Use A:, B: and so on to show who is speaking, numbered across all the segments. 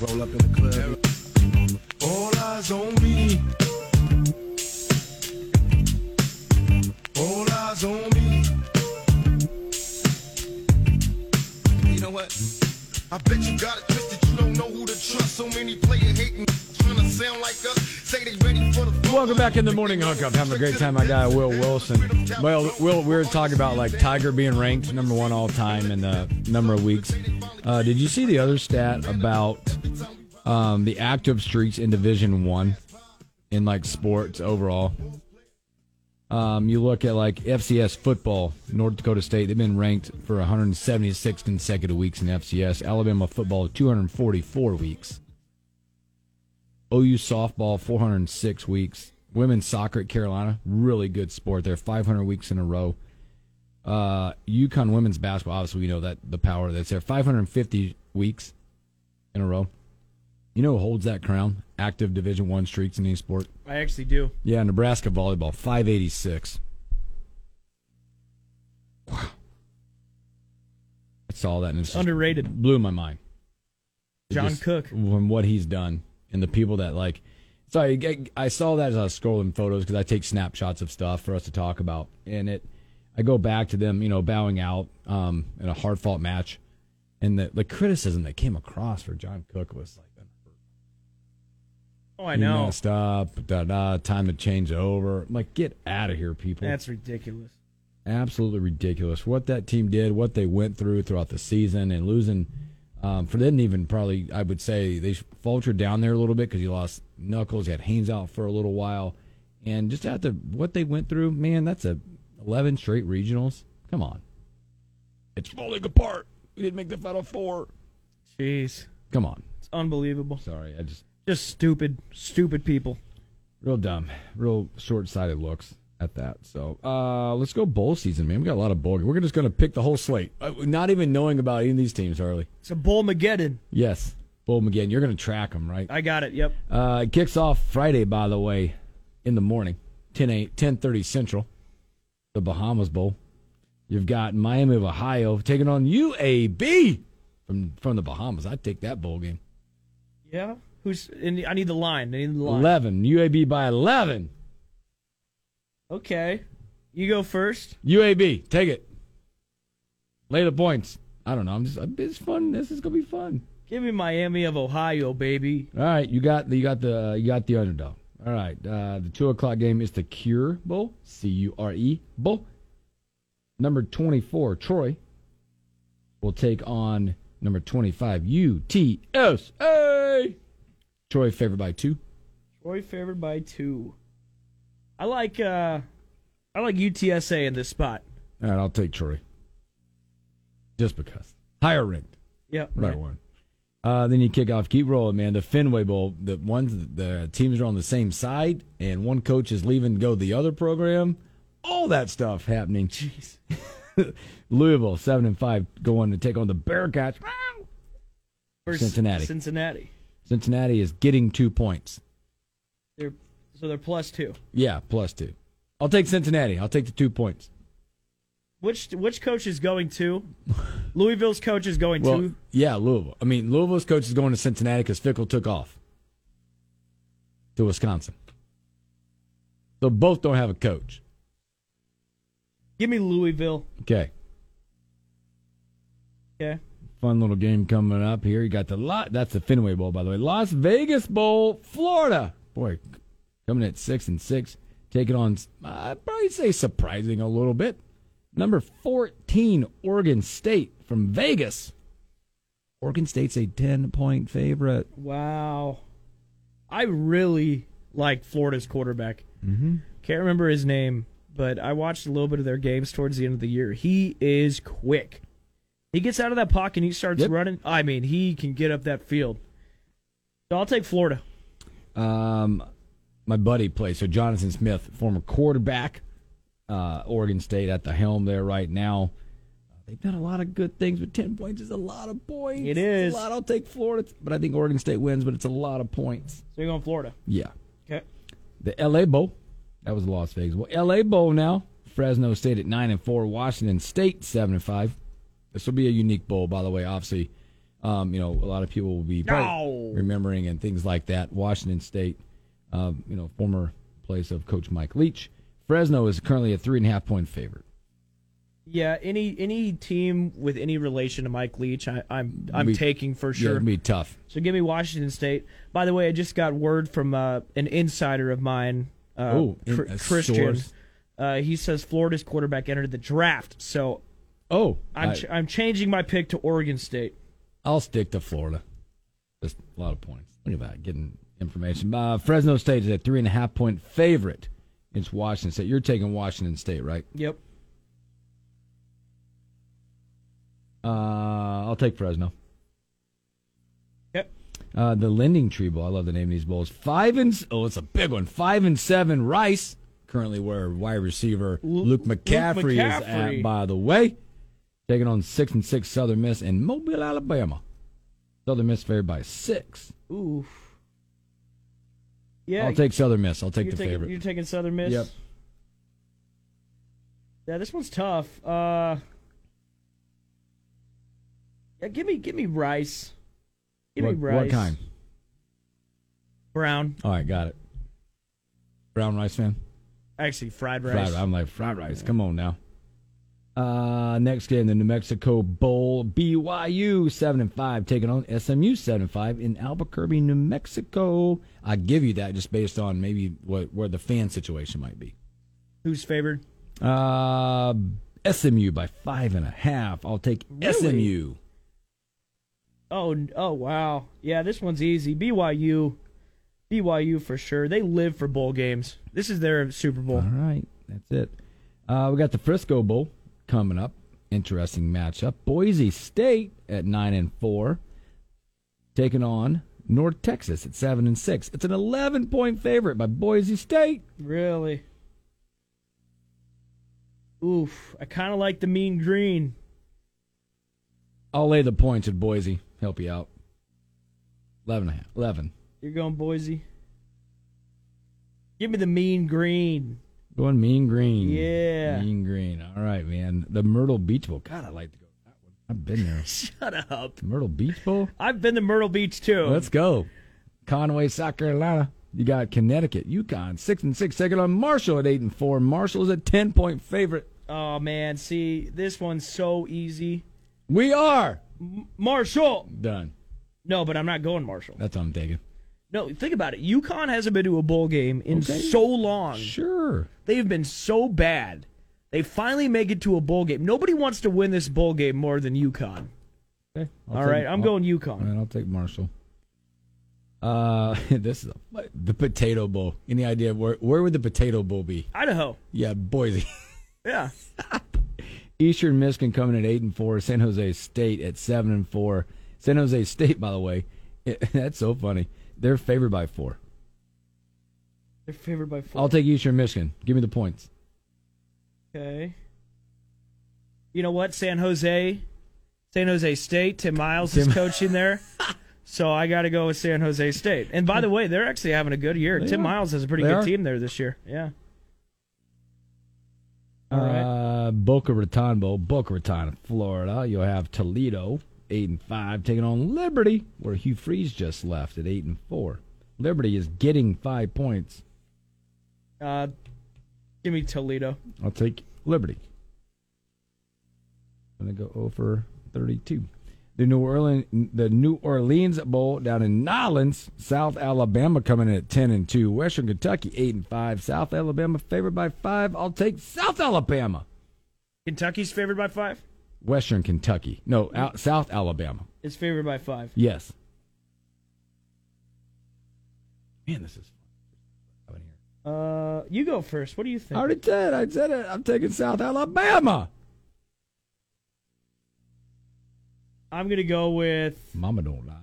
A: Roll up in the club. All eyes on me. All eyes on me. You know what? I bet you got it twisted. You don't know who to trust. So many player hating, trying to sound like us. Say they ready for the.
B: Welcome back in the morning hookup. Having a great time. My guy Will Wilson. Well, Will, we were talking about like Tiger being ranked number one all time in the number of weeks. Uh, did you see the other stat about um, the active streaks in Division One in like sports overall? Um, you look at like FCS football, North Dakota State, they've been ranked for 176 consecutive weeks in FCS. Alabama football, 244 weeks. OU softball, 406 weeks. Women's soccer at Carolina, really good sport there, 500 weeks in a row. Uh, UConn women's basketball, obviously, we know that the power that's there, 550 weeks in a row. You know who holds that crown? Active Division One streaks in any sport.
C: I actually do.
B: Yeah, Nebraska volleyball, 586. Wow. I saw that and it just
C: Underrated.
B: blew my mind. It
C: John
B: just-
C: Cook.
B: From what he's done and the people that, like, sorry, I I saw that as I was scrolling photos because I take snapshots of stuff for us to talk about. And it, I go back to them, you know, bowing out um, in a hard fought match. And the, the criticism that came across for John Cook was like,
C: Oh, I
B: you
C: know.
B: messed up. Da da. Time to change it over. I'm like, get out of here, people.
C: That's ridiculous.
B: absolutely ridiculous. What that team did, what they went through throughout the season, and losing um, for them even probably, I would say they faltered down there a little bit because you lost Knuckles, you had Haynes out for a little while, and just after what they went through, man, that's a 11 straight regionals. Come on, it's falling apart. We didn't make the final four.
C: Jeez,
B: Come on.
C: it's unbelievable.
B: Sorry, I just
C: Just stupid, stupid people.
B: real dumb, real short-sighted looks at that. So uh, let's go bowl season, man. We got a lot of bowl. We're just going to pick the whole slate, Uh, not even knowing about any of these teams, Harley.
C: It's a bull mageddon.
B: Yes, bowl 'em again. You're going to track them, right?
C: I got it. Yep.
B: Uh, it kicks off Friday, by the way, in the morning, 10 8, 10:30 Central, the Bahamas Bowl. You've got Miami of Ohio taking on UAB from from the Bahamas. I'd take that bowl game.
C: Yeah. Who's? And I need the line. I need the line.
B: 11 UAB by 11.
C: Okay. You go first.
B: UAB, take it. Lay the points. I don't know. I'm just. It's fun. This is gonna be fun.
C: Give me Miami of Ohio, baby.
B: All right, you got the you got the you got the underdog. All right, uh, the two o'clock game is the Cure Bowl, C U R E Bowl. Number twenty four, Troy, will take on number twenty five, UTSA. Troy favored by two.
C: Troy favored by two. I like. uh I like UTSA in this spot.
B: All right, I'll take Troy. Just because higher ranked.
C: Yep.
B: Right one. Uh, then you kick off, keep rolling, man. The Fenway Bowl, the ones the teams are on the same side, and one coach is leaving to go to the other program. All that stuff happening. Jeez. Louisville seven and five going to take on the Bearcats.
C: Versus
B: Cincinnati.
C: Cincinnati.
B: Cincinnati is getting two points.
C: They're so they're plus two.
B: Yeah, plus two. I'll take Cincinnati. I'll take the two points.
C: Which which coach is going to? Louisville's coach is going
B: Well,
C: to.
B: yeah, Louisville. I mean, Louisville's coach is going to Cincinnati because Fickle took off to Wisconsin. So both don't have a coach.
C: Give me Louisville.
B: Okay.
C: Okay.
B: Fun little game coming up here. You got the lot. That's the Fenway Bowl, by the way. Las Vegas Bowl, Florida. Boy, coming at six and six, taking on. I'd probably say surprising a little bit. Number fourteen, Oregon State from Vegas. Oregon State's a ten-point favorite.
C: Wow. I really like Florida's quarterback. Mm-hmm. Can't remember his name, but I watched a little bit of their games towards the end of the year. He is quick. He gets out of that pocket and he starts
B: Yep.
C: running. I mean, he can get up that field. So I'll take Florida.
B: Um, my buddy plays. So Jonathan Smith, former quarterback, uh, Oregon State at the helm there right now. Uh, They've done a lot of good things, but ten points is a lot of points. It's
C: It is.
B: a lot. I'll take Florida, but I think Oregon State wins. But it's a lot of points.
C: So you're going Florida.
B: Yeah,
C: Okay.
B: the L.A. Bowl. That was Las Vegas. Well, L.A. Bowl now. Fresno State at nine and four. Washington State seven and five. This will be a unique bowl, by the way. Obviously, um, you know a lot of people will be probably
C: No.
B: remembering and things like that. Washington State, um, you know, former place of Coach Mike Leach. Fresno is currently a three and a half point favorite.
C: Yeah, any any team with any relation to Mike Leach, I, I'm I'm
B: Me-
C: taking for
B: Yeah,
C: sure.
B: it'll be tough.
C: so give me Washington State. By the way, I just got word from uh, an insider of mine, uh,
B: Oh, in-
C: Cr-
B: a
C: Christian.
B: source.
C: Uh, he says Florida's quarterback entered the draft, so
B: Oh,
C: I'm
B: I,
C: ch- I'm changing my pick to Oregon State.
B: I'll stick to Florida. Just a lot of points. Look at that, getting information. Uh, Fresno State is a three and a half point favorite. It's Washington State. You're taking Washington State, right?
C: Yep.
B: Uh, I'll take Fresno.
C: Yep.
B: Uh, the Lending Tree Bowl. I love the name of these bowls. Five and s- oh, it's a big one. Five and seven. Rice currently where wide receiver
C: Lu-
B: Luke
C: Luke
B: McCaffrey, is at.
C: McCaffrey.
B: By the way, taking on six and six Southern Miss and Mobile, Alabama. Southern Miss favored by six.
C: Ooh. Yeah.
B: I'll take Southern Miss. I'll take
C: you're
B: the
C: taking,
B: favorite.
C: You're taking Southern Miss.
B: Yep.
C: Yeah, this one's tough. Uh, yeah, give me give me Rice. Give
B: what,
C: me Rice.
B: what kind?
C: Brown.
B: All right, got it. Brown rice fan.
C: Actually, fried rice.
B: Fried rice. I'm like fried rice. Come on now. Uh, next game, the New Mexico Bowl. BYU seven and five taking on SMU seven and five in Albuquerque, New Mexico. I give you that just based on maybe what where the fan situation might be.
C: Who's favored?
B: Uh, SMU by five and a half. I'll take
C: Really?
B: SMU.
C: Oh, n- oh wow. Yeah, this one's easy. BYU. BYU for sure. They live for bowl games. This is their Super Bowl.
B: All right, that's it. Uh, we got the Frisco Bowl coming up. Interesting matchup. Boise State at nine and four, taking on North Texas at seven and six. It's an eleven point favorite by Boise State.
C: Really? Oof. I kind of like the mean green.
B: I'll lay the points at Boise. Help you out. 11. and a half- 11.
C: You're going Boise. Give me the mean green.
B: Going mean green.
C: Yeah.
B: Mean green. All right, man. The Myrtle Beach Bowl. God, I like to go to that one. I've been there.
C: Shut up.
B: The Myrtle Beach Bowl?
C: I've been to Myrtle Beach too.
B: Let's go. Conway, South Carolina. You got Connecticut, Yukon, six and six, taking on Marshall at eight and four. Marshall is a ten point favorite.
C: oh man, see, this one's so easy.
B: We are
C: Marshall.
B: done.
C: No, but I'm not going Marshall.
B: That's what I'm thinking.
C: No, think about it. UConn hasn't been to a bowl game in
B: Okay.
C: so long.
B: Sure.
C: They've been so bad. They finally make it to a bowl game. Nobody wants to win this bowl game more than UConn.
B: Okay. I'll
C: All
B: take-
C: right, I'm
B: I'll-
C: going
B: All
C: UConn.
B: right, I'll take Marshall. Uh, this is a, the Potato Bowl. Any idea of where where would the Potato Bowl be?
C: Idaho.
B: Yeah, Boise.
C: Yeah.
B: Eastern Michigan coming at eight and four. San Jose State at seven and four. San Jose State, by the way, that's so funny. They're favored by four.
C: They're favored by four.
B: I'll take Eastern Michigan. Give me the points.
C: Okay. You know what? San Jose, San Jose State. Tim Miles
B: Tim-
C: is coaching there, so I got to go with San Jose State. And by the way, they're actually having a good year.
B: They
C: Tim
B: are.
C: Miles has a pretty
B: They
C: good
B: are.
C: team there this year. Yeah.
B: All
C: All
B: right.
C: right.
B: Uh, Boca Raton Bowl, Boca Raton, Florida. You'll have Toledo, eight and five, taking on Liberty, where Hugh Freeze just left at eight and four. Liberty is getting five points.
C: Uh, give me Toledo.
B: I'll take Liberty. I'm gonna go over thirty-two. The New Orleans, the New Orleans Bowl down in Nolens, South Alabama, coming in at ten and two. Western Kentucky, eight and five. South Alabama favored by five. I'll take South Alabama.
C: Kentucky's favored by five.
B: Western Kentucky. No, out, South Alabama.
C: It's favored by five.
B: Yes. Man, this is fun. Out here.
C: Uh, you go first. What do you
B: I
C: think?
B: already said. I said it. I'm taking South Alabama.
C: I'm gonna go with
B: Mama don't lie.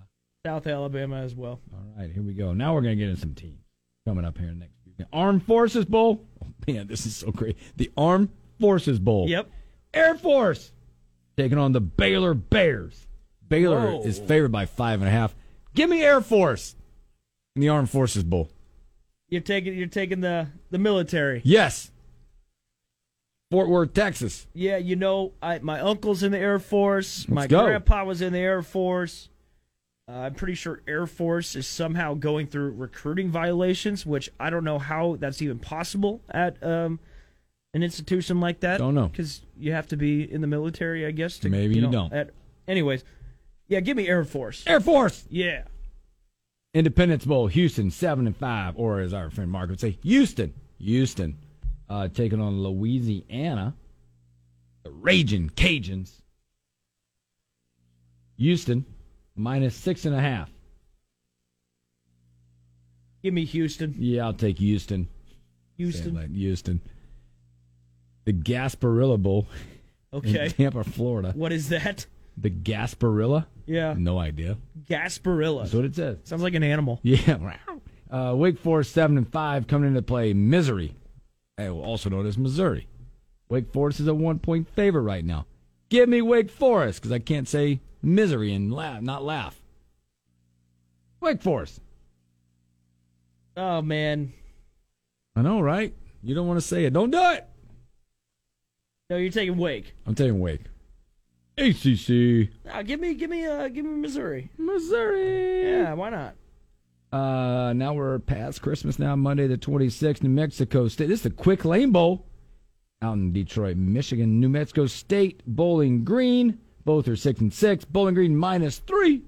C: South Alabama as well.
B: All right. All right, here we go. Now we're going to get into some teams coming up here in the next few. Armed Forces Bowl. Oh, man, this is so great. The Armed Forces Bowl.
C: Yep.
B: Air Force taking on the Baylor Bears. Baylor
C: Whoa.
B: is favored by five and a half. Give me Air Force in the Armed Forces Bowl.
C: You're taking you're taking the the military.
B: Yes. Fort Worth, Texas.
C: Yeah, you know, I, my uncle's in the Air Force. my
B: go.
C: grandpa was in the Air Force. Uh, I'm pretty sure Air Force is somehow going through recruiting violations, which I don't know how that's even possible at um, an institution like that.
B: Don't know.
C: because you have to be in the military, I guess. To,
B: Maybe you
C: know,
B: don't.
C: At, anyways, yeah, give me Air Force.
B: Air Force.
C: Yeah,
B: Independence Bowl, Houston, seven and five, or as our friend Mark would say, Houston, Houston, uh, taking on Louisiana, the Raging Cajuns. Houston, minus six and a half.
C: give me Houston.
B: Yeah, I'll take Houston.
C: Houston.
B: Like Houston. The Gasparilla Bowl in
C: Okay,
B: Tampa, Florida.
C: what is that?
B: The Gasparilla?
C: Yeah,
B: No idea. That's
C: Gasparilla.
B: what it says.
C: Sounds like an animal.
B: Yeah. Uh, Wake Forest seven and five coming into play. Misery, eh, well, also known as Missouri. Wake Forest is a one point favorite right now. Give me Wake Forest because I can't say misery and laugh, not laugh. Wake Forest.
C: Oh man,
B: I know, right? You don't want to say it. Don't do it.
C: no, you're taking Wake.
B: I'm taking Wake. ACC.
C: Uh, give me, give me, uh, give me Missouri.
B: Missouri.
C: Yeah, why not?
B: Uh, now we're past Christmas now, Monday the 26th, New Mexico State. This is the Quick Lane Bowl out in Detroit, Michigan. New Mexico State, Bowling Green. Both are 6 and 6. Bowling Green minus 3.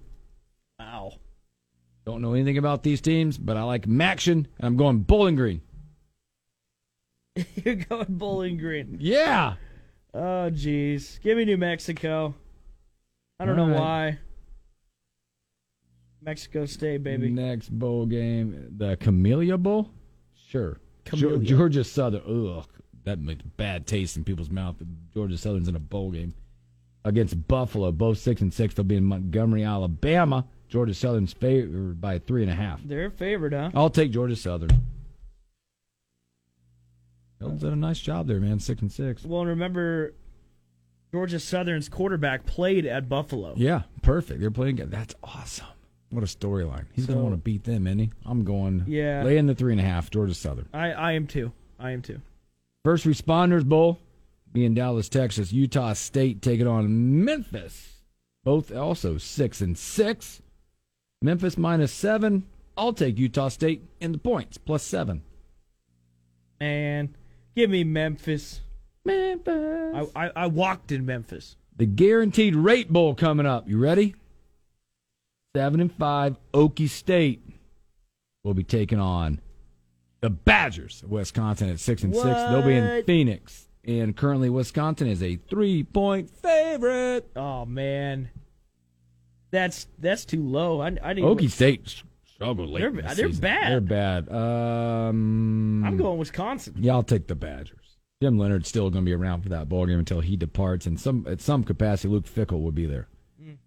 C: Wow.
B: Don't know anything about these teams, but I like Maction, and I'm going Bowling Green.
C: You're going Bowling Green.
B: Yeah.
C: Oh, jeez. Give me New Mexico. I don't
B: All
C: know
B: right.
C: why. Mexico State, baby.
B: Next bowl game, the Camellia Bowl? Sure. Ge-
C: Camellia.
B: Georgia Southern. Ugh. That makes bad taste in people's mouth. Georgia Southern's in a bowl game against Buffalo. Both six and six. They'll be in Montgomery, Alabama. Georgia Southern's favored by three and a half.
C: They're favored, huh?
B: I'll take Georgia Southern. Hilton's done a nice job there, man. Six and six.
C: Well, and remember, Georgia Southern's quarterback played at Buffalo.
B: Yeah, perfect. They're playing good. That's awesome. What a storyline. He's gonna
C: So-
B: want to beat them, isn't he? I'm going.
C: Yeah.
B: Lay in the three and a half. Georgia Southern.
C: I, I am too. I am too.
B: First Responders Bowl, be in Dallas, Texas. Utah State taking on Memphis. Both also six and six. Memphis minus seven. I'll take Utah State in the points plus seven.
C: Man, give me Memphis. I,
B: Memphis.
C: I, I walked in Memphis.
B: The Guaranteed Rate Bowl coming up. You ready? Seven and five. Okie State will be taking on the Badgers of Wisconsin at six and six. They'll be in
C: What?
B: Phoenix. And currently, Wisconsin is a three-point favorite.
C: Oh man, that's that's too low. I, I didn't.
B: Okie State struggled late.
C: They're-
B: in the
C: they're
B: season.
C: bad.
B: They're bad. Um,
C: I'm going Wisconsin.
B: Yeah, I'll take the Badgers. Jim Leonard's still going to be around for that ball game until he departs, and some at some capacity, Luke Fickle will be there.
C: Mm.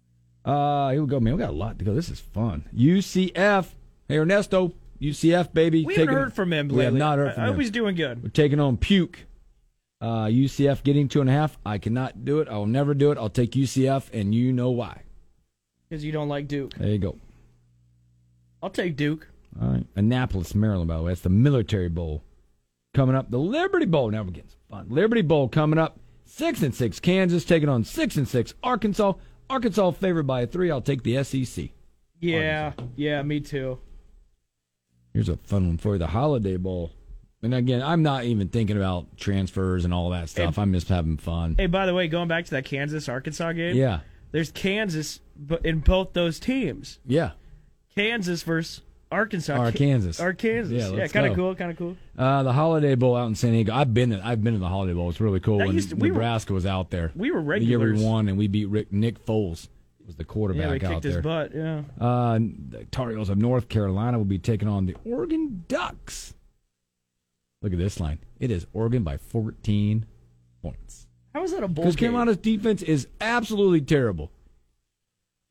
B: Uh, here we go, man. We got a lot to go. This is fun. UCF. Hey, Ernesto. UCF, baby.
C: We
B: taking-
C: haven't heard from him
B: We
C: lately.
B: have not heard from
C: I, I
B: him.
C: hope he's doing good.
B: We're taking on Puke. Uh, UCF getting two and a half. I cannot do it. I will never do it. I'll take UCF, and you know why.
C: Because you don't like Duke.
B: There you go.
C: I'll take Duke.
B: All right. Annapolis, Maryland, by the way. That's the Military Bowl. Coming up, the Liberty Bowl. Now we're getting some fun. Liberty Bowl coming up. Six and six Kansas taking on six and six Arkansas. Arkansas favored by three. I'll take the E SEC.
C: Yeah, yeah, me too.
B: Here's a fun one for you: the Holiday Bowl. And again, I'm not even thinking about transfers and all that stuff. I'm just having fun.
C: Hey, by the way, going back to that Kansas Arkansas game.
B: Yeah,
C: There's Kansas bu- in both those teams.
B: yeah.
C: Kansas versus Arkansas.
B: Arkansas.
C: Arkansas.
B: Yeah,
C: Yeah,
B: let's
C: kind
B: go.
C: of cool. Kind of cool.
B: Uh, the Holiday Bowl out in San Diego. I've been. I've been to the Holiday Bowl. It's really cool.
C: That
B: When
C: used to- we were-
B: Nebraska was out there.
C: we were
B: The year we
C: regulars.
B: won, and we beat Rick, Nick Foles was the quarterback
C: Yeah, we
B: out
C: kicked
B: there.
C: his butt. Yeah.
B: Uh, the Tar Heels of North Carolina will be taking on the Oregon Ducks. Look at this line. It is Oregon by 14 points.
C: How is that a bowl
B: Because
C: game?
B: Carolina's defense is absolutely terrible.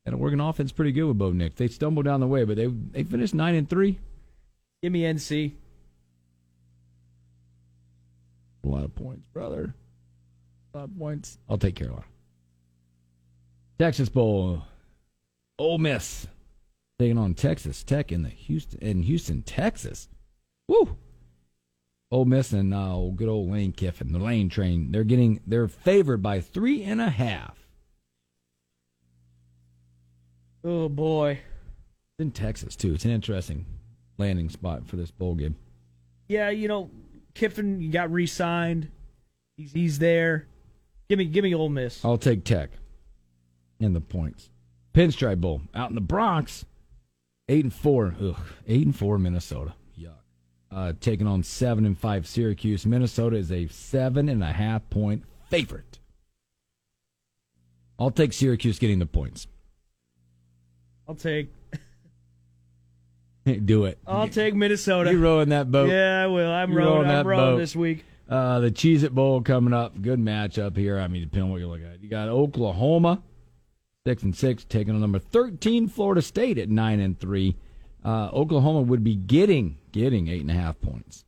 B: That Oregon offense pretty good with Bo Nick. They stumbled down the way, but they they finished nine and three.
C: Give me NC.
B: A lot of points, brother. A lot of points. I'll take Carolina. Texas Bowl. Ole Miss taking on Texas Tech in the Houston in Houston, Texas. Woo! Ole Miss and uh, old good old Lane Kiffin, the Lane Train. They're getting they're favored by three and a half.
C: Oh boy.
B: It's in Texas too. It's an interesting landing spot for this bowl game.
C: Yeah, you know, Kiffin got re-signed. He's he's there. Give me give me Ole Miss.
B: I'll take Tech and the points. Pinstripe Bowl out in the Bronx. Eight and four. Ugh, eight and four Minnesota. Yuck. Uh, taking on seven and five Syracuse. Minnesota is a seven and a half point favorite. I'll take Syracuse getting the points.
C: I'll take
B: Do it.
C: I'll take Minnesota.
B: You rowing that boat.
C: Yeah, I will. I'm
B: You
C: rowing.
B: rowing
C: I'm
B: that
C: rowing
B: boat.
C: this week.
B: Uh, the Cheez It Bowl coming up. Good matchup here. I mean, depending on what you look at. You got Oklahoma, six and six, taking on number thirteen Florida State at nine and three. Uh, Oklahoma would be getting getting eight and a half points.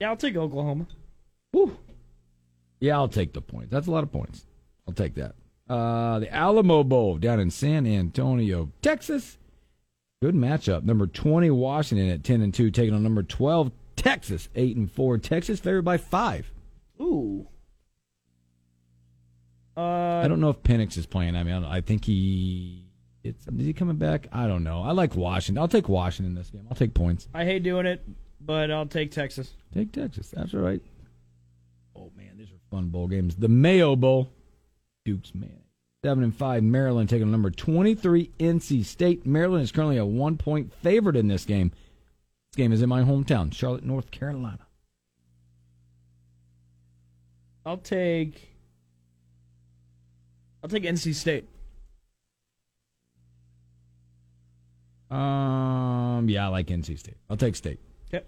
C: Yeah, I'll take Oklahoma.
B: Whew. Yeah, I'll take the points. That's a lot of points. I'll take that. Uh, the Alamo Bowl down in San Antonio, Texas. Good matchup. Number twenty Washington at ten and two, taking on number twelve Texas, eight and four. Texas favored by five.
C: Ooh.
B: I
C: Uh,
B: don't know if Penix is playing. I mean, I, don't- I think he. It's, is he coming back? I don't know. I like Washington. I'll take Washington in this game. I'll take points.
C: I hate doing it, but I'll take Texas.
B: Take Texas. That's all right. Oh man, these are fun bowl games. The Mayo Bowl. Duke's man. Seven and five. Maryland taking on number twenty-three. NC State. Maryland is currently a one-point favorite in this game. This game is in my hometown, Charlotte, North Carolina.
C: I'll take. I'll take NC State.
B: Um, yeah, I like NC State. I'll take State.
C: Yep.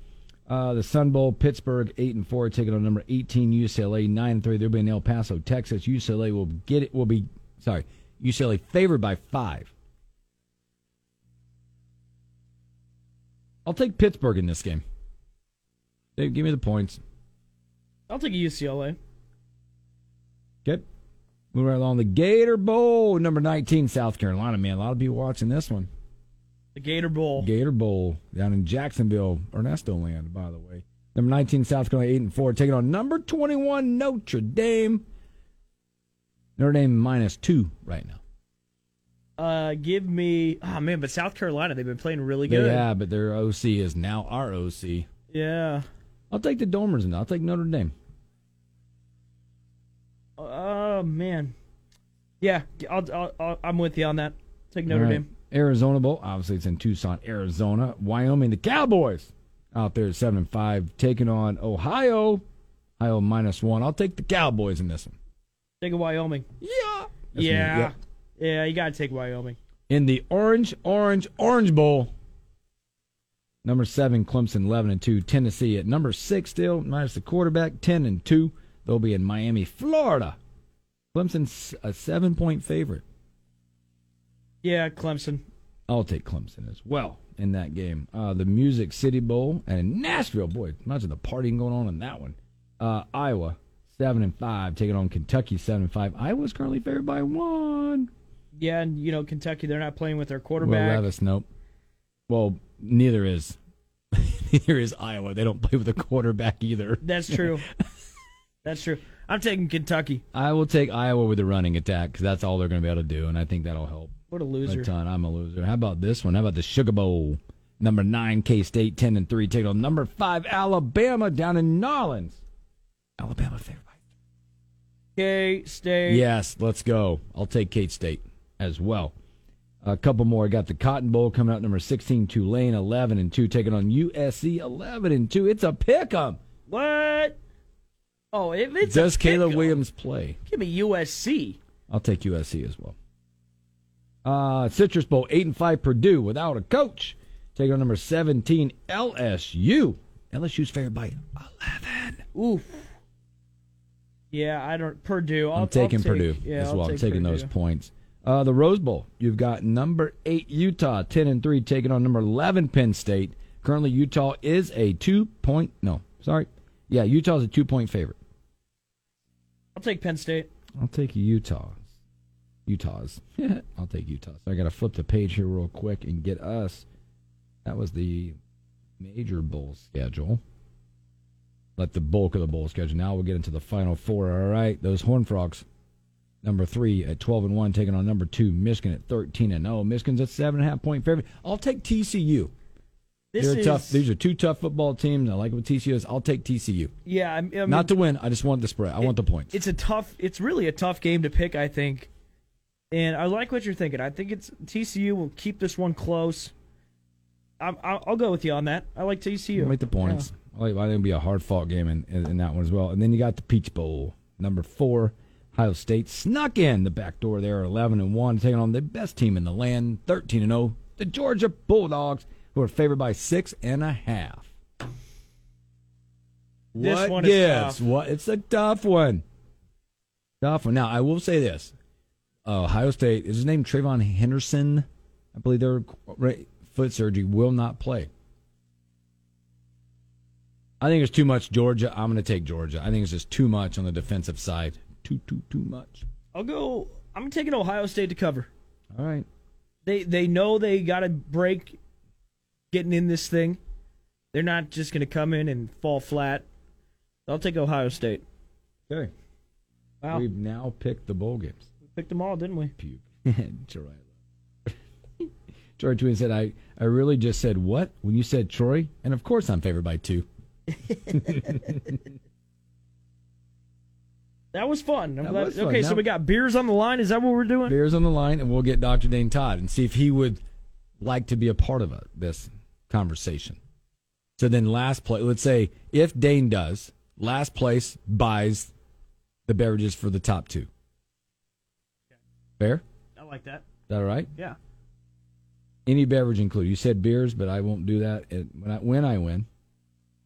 B: Uh, the Sun Bowl, Pittsburgh eight and four, taking on number eighteen UCLA nine and three. They'll be in El Paso, Texas. UCLA will get it. Will be sorry, UCLA favored by five. I'll take Pittsburgh in this game. They give me the points.
C: I'll take UCLA.
B: Okay. Moving right along, the Gator Bowl, number nineteen, South Carolina. Man, a lot of people watching this one.
C: The Gator Bowl.
B: Gator Bowl down in Jacksonville, Ernesto Land, by the way. Number 19, South Carolina, 8 and 4, taking on number 21, Notre Dame. Notre Dame minus two right now.
C: Uh, give me. Oh man, but South Carolina. They've been playing really
B: They
C: good.
B: have, but their OC is now our OC.
C: Yeah.
B: I'll take the Dormers and I'll take Notre Dame.
C: Oh man. Yeah, I'll, I'll, I'll, I'm with you on that. Take Notre
B: All right.
C: Dame.
B: Arizona Bowl. Obviously, it's in Tucson, Arizona. Wyoming, the Cowboys out there at 7 and 5, taking on Ohio. Ohio minus one. I'll take the Cowboys in this one.
C: Take Wyoming.
B: Yeah.
C: yeah. Yeah, you gotta take Wyoming.
B: in the orange, orange, orange bowl. Number seven, Clemson, eleven and two. Tennessee at number six, still minus the quarterback, ten and two. They'll be in Miami, Florida. Clemson's a seven-point favorite.
C: Yeah, Clemson.
B: I'll take Clemson as well in that game. Uh, the Music City Bowl and in Nashville, boy, imagine the partying going on in that one. Uh, Iowa, seven and five, taking on Kentucky, seven and five. Iowa's currently favored by one.
C: Yeah, and you know Kentucky, they're not playing with their
B: Will
C: quarterback.
B: Levis, nope. Well, neither is neither is Iowa. They don't play with a quarterback either.
C: That's true. That's true. I'm taking Kentucky.
B: I will take Iowa with a running attack because that's all they're going to be able to do, and I think that'll help
C: What a
B: a
C: loser.
B: ton. I'm a loser. How about this one? How about the Sugar Bowl? Number nine, K State, ten and three. Take on number five, Alabama, down in Nolens. Alabama favorite.
C: K State.
B: Yes, let's go. I'll take Kate State as well. A couple more. I got the Cotton Bowl coming out number 16, Tulane 11 and 2 taking on USC 11 and 2. It's a pick 'em.
C: What? Oh, if it's
B: Does
C: a pick 'em,
B: Kayla Williams play?
C: Give me USC.
B: I'll take USC as well. Uh, Citrus Bowl 8 and 5 Purdue without a coach taking on number 17 LSU. LSU's favored by 11.
C: Oof. Yeah, I don't. Purdue. I'll,
B: I'm taking
C: I'll take-
B: Purdue
C: yeah,
B: as
C: I'll
B: well. I'm
C: take
B: taking those
C: Purdue.
B: points. Uh, the Rose Bowl. You've got number eight Utah, ten and three, taking on number eleven Penn State. Currently, Utah is a two point. No, sorry. Yeah, Utah's a two point favorite.
C: I'll take Penn State.
B: I'll take Utah. Utah's. I'll take Utah. So I got to flip the page here real quick and get us. That was the major bowl schedule. Let the bulk of the bowl schedule. Now we'll get into the final four. All right, those Horn Frogs, number three at twelve and one, taking on number two Michigan at thirteen and zero. Michigan's a seven and a half point favorite. I'll take TCU.
C: This
B: They're
C: is
B: tough. These are two tough football teams. I like what TCU is. I'll take TCU.
C: yeah. I, I mean,
B: Not to win. I just want the spread. I want the points.
C: It's a tough. It's really a tough game to pick. I think, and I like what you're thinking. I think it's TCU will keep this one close. I'm, I'll I'll go with you on that. I like TCU.
B: I'll Make the points. I think it'll be a hard fought game in, in, in that one as well. And then you got the Peach Bowl, number four. Ohio State snuck in the back door there, eleven and one, taking on the best team in the land, thirteen and zero, the Georgia Bulldogs, who are favored by six and a half.
C: This
B: what
C: one is
B: gives?
C: tough.
B: What? It's a tough one. Tough one. Now I will say this: Uh, Ohio State is his name Trayvon Henderson. I believe their right foot surgery will not play. I think it's too much Georgia. I'm going to take Georgia. I think it's just too much on the defensive side. Too, too, too much.
C: I'll go. I'm taking Ohio State to cover.
B: All right.
C: They they know they got to break getting in this thing. They're not just going to come in and fall flat. I'll take Ohio State.
B: Okay.
C: Wow,
B: We've now picked the bowl games.
C: we picked them all, didn't we?
B: Puke. Troy. Troy Tween said, I, I really just said what when you said Troy? And of course I'm favored by two.
C: That was fun. I'm
B: That
C: glad.
B: was fun.
C: Okay,
B: Now-
C: so we got beers on the line. Is that what we're doing?
B: Bears on the line, and we'll get Dr. Dane Todd and see if he would like to be a part of it, this conversation. So then, last place, let's say if Dane does, last place buys the beverages for the top two. Fair? Is
C: I like that.
B: that all right?
C: Yeah.
B: Any beverage included. You said beers, but I won't do that. And when I, when I win,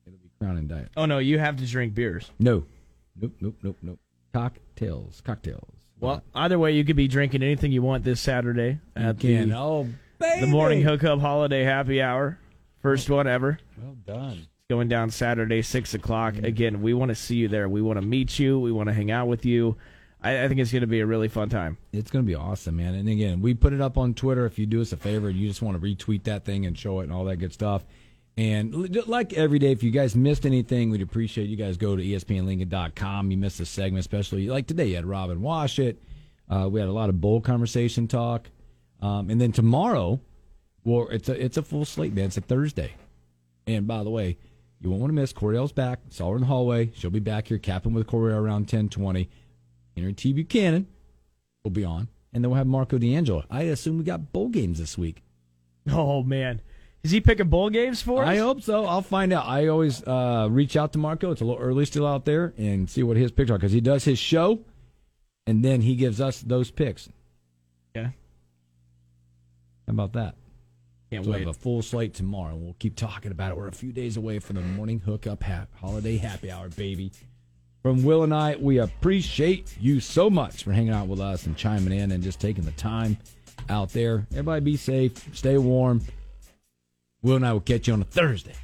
B: it'll be Crown and Diet.
C: Oh no, you have to drink beers.
B: No. Nope, nope, nope, nope. Cocktails, cocktails.
C: Well, either way, you could be drinking anything you want this Saturday at
B: Again,
C: the,
B: oh, baby.
C: the morning hookup holiday happy hour. First one ever.
B: Well done.
C: going down Saturday, six o'clock. Again, we want to see you there. We want to meet you. We want to hang out with you. I, I think it's going to be a really fun time.
B: It's going to be awesome, man. And again, we put it up on Twitter. If you do us a favor and you just want to retweet that thing and show it and all that good stuff. And l- like every day, if you guys missed anything, we'd appreciate you guys go to E ESPNLincoln.com. You missed a segment, especially like today, you had Robin Wash it. Uh, we had a lot of bowl conversation talk. Um, and then tomorrow, well, it's a, it's a full slate, man. It's a Thursday. And by the way, you won't want to miss Cordell's back. Saw her in the hallway. She'll be back here capping with Cordell around 1020. Henry T. Buchanan will be on. And then we'll have Marco D'Angelo. I assume we got bowl games this week.
C: Oh man, is he picking bowl games for us?
B: I hope so. I'll find out. I always uh, reach out to Marco. It's a little early still out there and see what his picks are because he does his show and then he gives us those picks.
C: Yeah,
B: How about that?
C: can't
B: So we
C: wait.
B: have a full slate tomorrow, and we'll keep talking about it. We're a few days away from the morning hookup ha- holiday happy hour, baby. From Will and I, we appreciate you so much for hanging out with us and chiming in and just taking the time out there. Everybody be safe, stay warm. Will and I will catch you on a Thursday.